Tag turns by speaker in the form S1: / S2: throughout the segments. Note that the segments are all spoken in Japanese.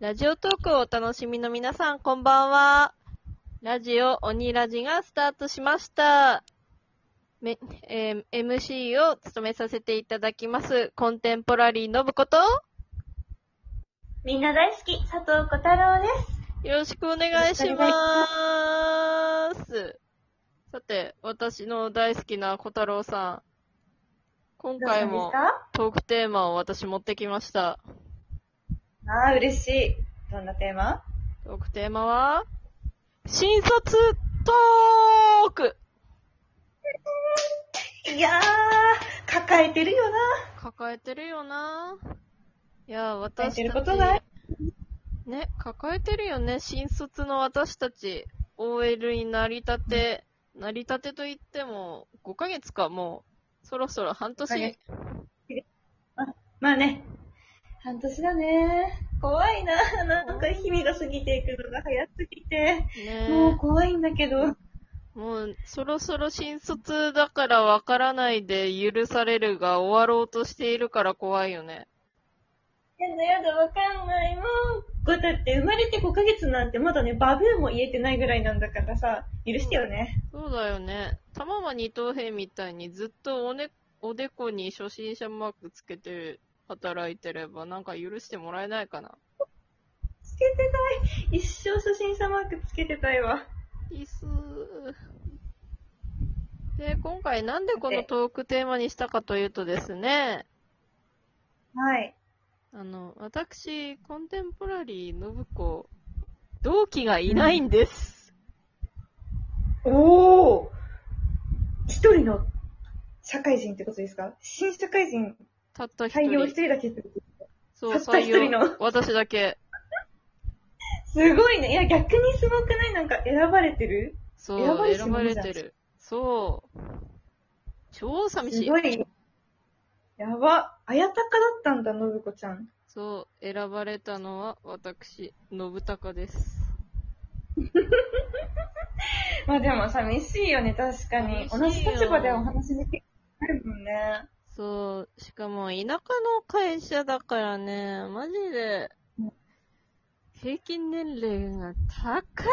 S1: ラジオトークをお楽しみの皆さん、こんばんは。ラジオ鬼ラジがスタートしました。め、えー MC を務めさせていただきます、コンテンポラリーのぶこと、
S2: みんな大好き、佐藤小太郎です。
S1: よろしくお願いしまーす。さて、私の大好きな小太郎さん。今
S2: どうで
S1: 回
S2: し
S1: も
S2: た
S1: トークテーマを私持ってきました。
S2: ああ、嬉しい。どんなテーマ
S1: トークテーマは、新卒トーク
S2: いやー、抱えてるよな。
S1: 抱えてるよないや、
S2: 抱
S1: 私
S2: え
S1: たち。
S2: てることない
S1: ね、抱えてるよね。新卒の私たち、OL になりたて、なりたてといっても、5ヶ月か、もう、そろそろ半
S2: 五ヶ
S1: 年
S2: 月。まあね、半年だね。怖いな。なんか日々が過ぎていくのが早すぎて。
S1: ね
S2: もう怖いんだけど。
S1: もう、そろそろ新卒だからわからないで許されるが終わろうとしているから怖いよね。
S2: やだやだ、わかんない。もう。だって生まれて5ヶ月なんてまだね、バブーも言えてないぐらいなんだからさ、許してよね。
S1: そうだよね。玉間二等兵みたいにずっとおね、おでこに初心者マークつけて働いてればなんか許してもらえないかな。
S2: つけてたい。一生初心者マークつけてたいわ。
S1: いいっすで、今回なんでこのトークテーマにしたかというとですね、
S2: はい。
S1: あの、私、コンテンポラリー信子、同期がいないんです。
S2: おお一人の社会人ってことですか新社会人、
S1: たった一
S2: 採用一
S1: 人。
S2: 人だけってこと
S1: そう、
S2: たった
S1: 採
S2: 一
S1: 用
S2: 人の。
S1: 私だけ。
S2: すごいね。いや、逆にすごくないなんか選ばれてる
S1: そう、
S2: 選ばれし
S1: 選ばれて
S2: 者じ
S1: る。そう。超寂
S2: す
S1: しい。
S2: ごい。やば。あやたかだったんだ、のぶこちゃん。
S1: そう、選ばれたのは私、信孝です。
S2: まあでも寂しいよね、確かに。同
S1: 寂しい
S2: じ
S1: よ
S2: 立場でお話できるもんね。
S1: そう、しかも田舎の会社だからね、マジで
S2: うん、
S1: 平均年齢が高い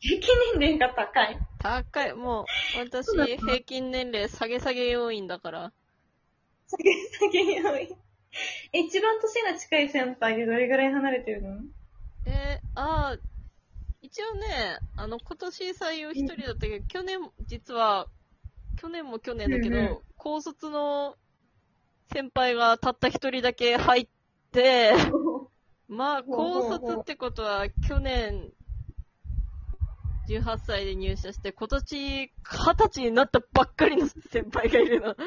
S2: 平均年齢が高い。
S1: 高いもう、私、
S2: そうなの
S1: 平均年齢下げ下げ要員だから。
S2: 下げ下げ多い。え 一番年が近い先輩でどれぐらい離れてるの
S1: えー、あー一応ね、あの、今年採用一人だったけど、去年、実は、去年も去年だけど、
S2: うんうん
S1: 高卒の先輩がたった一人だけ入って、まあ、
S2: ほうほ
S1: 高
S2: うほう
S1: 卒ってことは、去年、18歳で入社して、今年、20歳になったばっかりの先輩がいるの。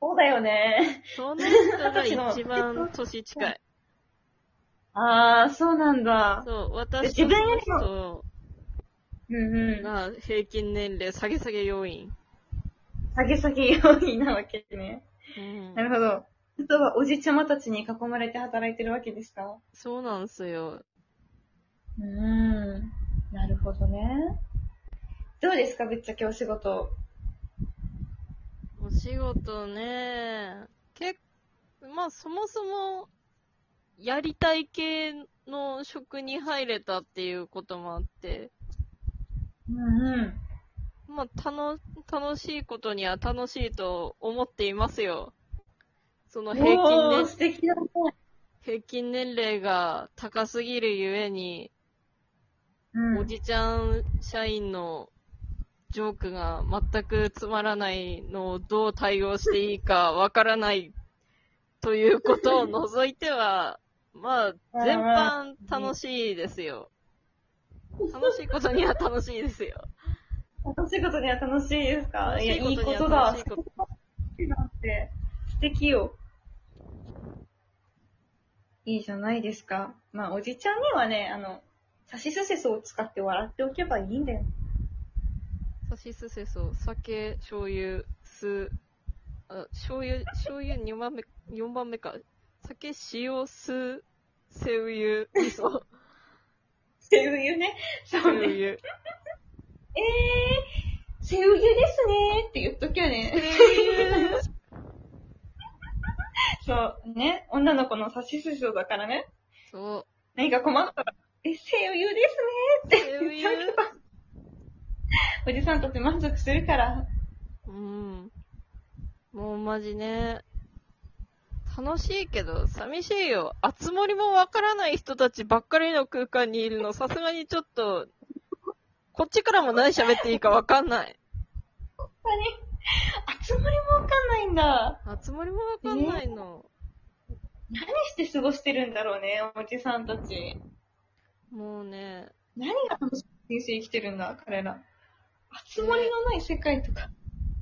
S2: そうだよね。
S1: その人が
S2: 20歳の
S1: 一番年近い。
S2: あー、そうなんだ。
S1: そう、私
S2: 自分よりも
S1: と
S2: うん
S1: その人
S2: う
S1: が平均年齢下げ下げ要因。
S2: ん。下げ下げ容易なわけね。
S1: うん
S2: なるほど。あとはおじちゃまたちに囲まれて働いてるわけですか
S1: そうなんすよ。
S2: うーん。なるほどね。どうですかぶっちゃけお仕事。
S1: お仕事ね、結まあそもそも、やりたい系の職に入れたっていうこともあって、
S2: うんうん。
S1: まあ、楽、楽しいことには楽しいと思っていますよ。その平均
S2: お
S1: 年
S2: ー、素敵だね。
S1: 平均年齢が高すぎるゆえに、
S2: うん
S1: おじちゃん社員のジョークが全くつまらないのをどう対応していいかわからないということを除いては、まあ、全般楽しいですよ。楽しいことには楽しいですよ。
S2: お仕事には楽しいですか
S1: 楽
S2: い
S1: し
S2: や、
S1: いことに
S2: い
S1: は
S2: いことだ。
S1: 楽しいこと
S2: なんて、素敵よ。いいじゃないですか。まあ、おじちゃんにはね、あの、さしすせそを使って笑っておけばいいんだよ。
S1: さしすせそ、酒、醤油、酢、あ醤油、醤油2番目、4番目か。酒、塩、酢、セウユ、味噌、
S2: セウユね。そ
S1: セ
S2: う
S1: ウ
S2: ね。
S1: ユ。
S2: えー、セウユですねーって言っときゃね。
S1: セウユ
S2: そう、ね、女の子の指しすしそうだからね。
S1: そう。
S2: 何か困ったら、え、声優ですねって言っておけば。おじさんとって満足するから。
S1: うん。もうマジね。楽しいけど、寂しいよ。あつ森もわからない人たちばっかりの空間にいるの、さすがにちょっと、こっちからも何喋っていいかわかんない。
S2: 本当に。あつ森もわかんないんだ。
S1: あつ森もわかんないの。
S2: 何して過ごしてるんだろうね、おじさんたち。
S1: もうね、
S2: 何が楽しい人生生きてるんだ、彼ら。あつ森のない世界とか。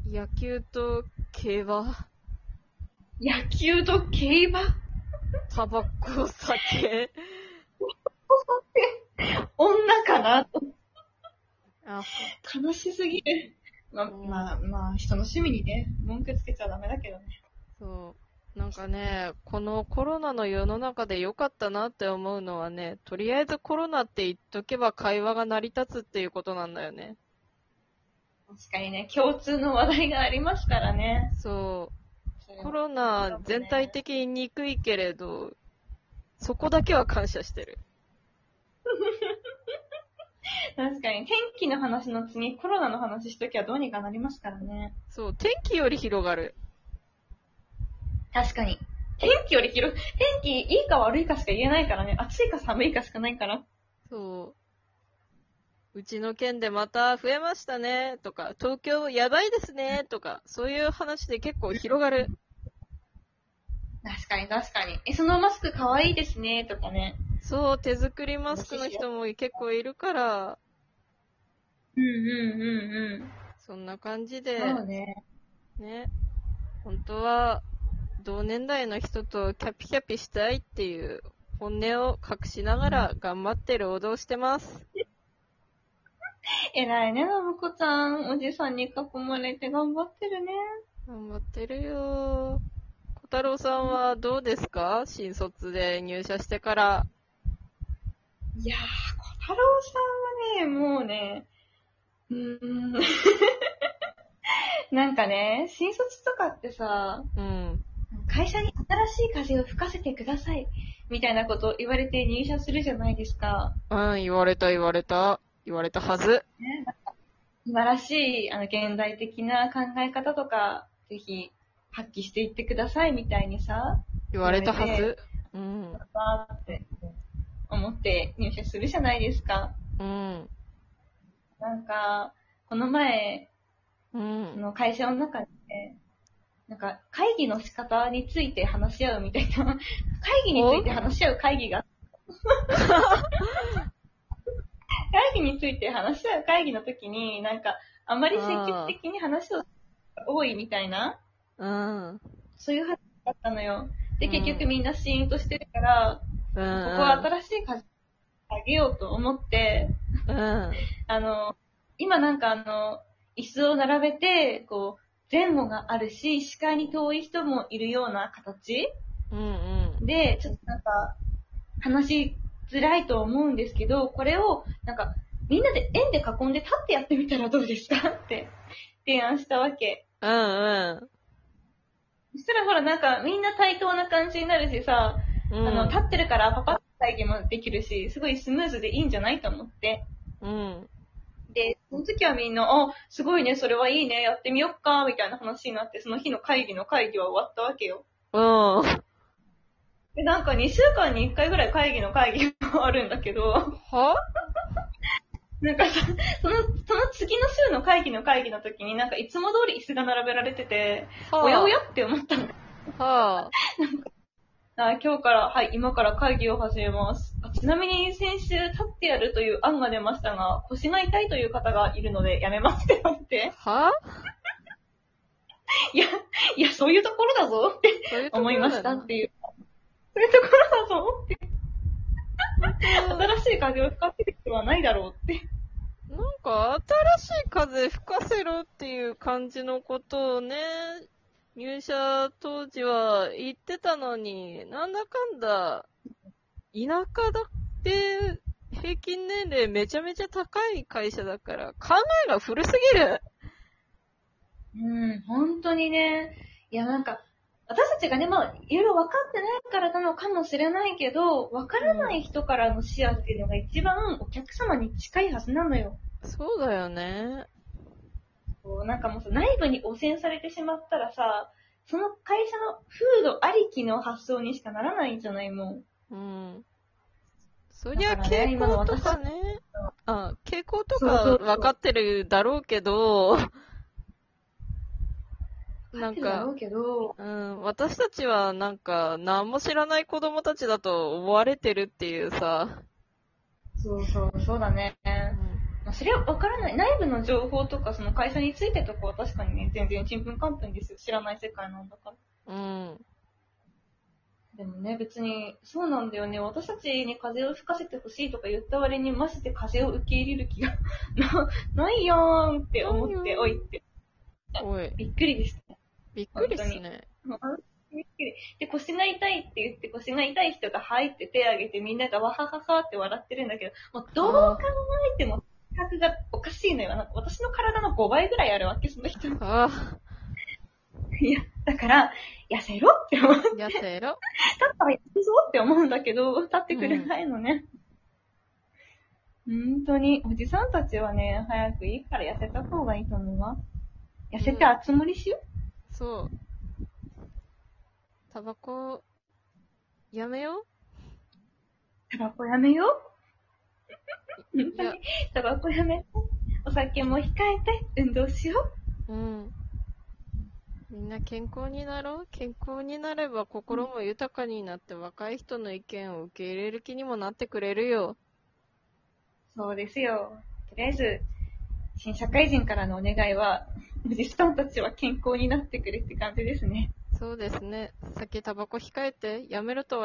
S1: 野球と競馬、
S2: 野球と競馬
S1: タバコ、酒。
S2: 女かな
S1: あ、
S2: 悲しすぎる。ま、まあ、まあ、人の趣味にね、文句つけちゃダメだけどね。
S1: そう。なんかね、このコロナの世の中で良かったなって思うのはね、とりあえずコロナって言っとけば会話が成り立つっていうことなんだよね。
S2: 確かにね、共通の話題がありますからね。
S1: そう。コロナ全体的に憎いけれど、そこだけは感謝してる。
S2: 確かに、天気の話の次、コロナの話しときはどうにかなりますからね。
S1: そう、天気より広がる。
S2: 確かに。天気より広い、天気いいか悪いかしか言えないからね。暑いか寒いかしかないから。
S1: そう。うちの県でまた増えましたね、とか、東京やばいですね、とか、そういう話で結構広がる。
S2: 確かに確かに。え、そのマスク可愛いですね、とかね。
S1: そう、手作りマスクの人も結構いるから、
S2: うんうんうんうん。
S1: そんな感じで、
S2: そうね。
S1: ね、本当は、同年代の人とキャピキャピしたいっていう本音を隠しながら頑張って労働してます。
S2: 偉いね、信子ちゃん。おじさんに囲まれて頑張ってるね。
S1: 頑張ってるよ小太郎さんはどうですか新卒で入社してから。
S2: いやー、小太郎さんはね、もうね、うーん。 なんかね、新卒とかってさ、
S1: うん。
S2: 会社に新しい風を吹かせてください、みたいなことを言われて入社するじゃないですか。
S1: うん、言われた言われた。言われたはず。
S2: 素晴らしい、あの、現代的な考え方とか、ぜひ、発揮していってください、みたいにさ、
S1: 言われたはず。うん。
S2: わーって思って入社するじゃないですか。
S1: うん。
S2: なんか、この前、
S1: う
S2: そ
S1: ん。
S2: の会社の中で、なんか会議の仕方について話し合うみたいな、会議について話し合う会議が、会議について話し合う会議の時に、なんか、あまり積極的に話を多いみたいな、
S1: うん。
S2: そういう話だったのよ。で、
S1: うん
S2: 結局みんなシーンとしてるから、
S1: う
S2: ここ
S1: ん。
S2: は新しい風をあげようと思って、
S1: うん。
S2: あの、今なんかあの、椅子を並べて、こう、前後があるし、視界に遠い人もいるような形
S1: うん
S2: で、ちょっとなんか、話しづらいと思うんですけど、これを、なんか、みんなで円で囲んで立ってやってみたらどうですかって提案したわけ。
S1: うん。うん
S2: そしたらほら、なんか、みんな対等な感じになるしさ、
S1: うん。
S2: あの、立ってるからパパッと会議もできるし、すごいスムーズでいいんじゃないと思って。
S1: うん。
S2: で、その時はみんな、あ、すごいね、それはいいね、やってみよっか、みたいな話になって、その日の会議の会議は終わったわけよ。
S1: うん。
S2: で、なんか2週間に1回ぐらい会議の会議があるんだけど、
S1: は
S2: なんかさその、その次の週の会議の会議の時になんかいつも通り椅子が並べられてて、
S1: は
S2: おやおやって思ったの。
S1: はあ。
S2: あ今日から、はい、今から会議を始めます。あちなみに先週立ってやるという案が出ましたが、腰が痛いという方がいるのでやめますって思って、
S1: はい
S2: や、そういうところだぞって
S1: そういうとこ
S2: 思い
S1: ろだ
S2: ま
S1: な
S2: したっていう。そういうところだと思って、 新しい風を使ってる人はないだろうって。
S1: なんか、新しい風吹かせろっていう感じのことをね、入社当時は言ってたのに、なんだかんだ、田舎だって、平均年齢めちゃめちゃ高い会社だから、考えが古すぎる
S2: うん、本当にね。いや、なんか、私たちがね、まあ、いろいろ分かってないからなのかもしれないけど、分からない人からの視野っていうのが一番お客様に近いはずなのよ。
S1: そうだよね。
S2: こうなんかもうさ、内部に汚染されてしまったらさ、その会社の風土ありきの発想にしかならないんじゃないもん。
S1: うん。そりゃ
S2: だからね
S1: 傾
S2: 今の
S1: 向と
S2: 私
S1: か
S2: た
S1: ね。あ、傾向と
S2: そうそ
S1: か
S2: うそう
S1: 分かってるだろうけど、なん
S2: だろ
S1: か、
S2: うけど、
S1: うん、私たちはなんか、何も知らない子供たちだと思われてるっていうさ。
S2: そうそう、そうだね。まあ、それは分からない。内部の情報とか、その会社についてとかは確かにね、全然ちんぷんかんぷんですよ。知らない世界なんだから。
S1: うん。
S2: でもね、別に、そうなんだよね。私たちに風を吹かせてほしいとか言った割に、マジで風を受け入れる気が なないよーんって思っ
S1: ない
S2: て、
S1: よー
S2: おいって。
S1: おい、
S2: びっくりでした。
S1: びっくりっすね。
S2: もうびっくり。で、腰が痛いって言って、腰が痛い人が入って手を挙げて、みんながわはははって笑ってるんだけど、もうどう考えても、比較がおかしいのよ。なんか私の体の5倍ぐらいあるわけ、その人の。
S1: あ
S2: いや、だから、痩せろって思う。立
S1: あ、痩せろ。
S2: ったら痩せそうって思うんだけど、立ってくれないのね。本当に、おじさんたちはね、早くいいから痩せた方がいいと思うわ。痩せて熱盛しよう。
S1: そう。タバコ、やめよ
S2: タバコやめよう。本
S1: い
S2: 当
S1: や
S2: に、タバコやめて。お酒も控えて、運動しよ
S1: う。うん。みんな健康になろう。健康になれば心も豊かになって若い人の意見を受け入れる気にもなってくれるよ。
S2: う。そうですよ。とりあえず、新社会人からのお願いは、おじさんたちは健康になってくれって感じですね。
S1: そうですね。酒、タバコ控えて、やめるとは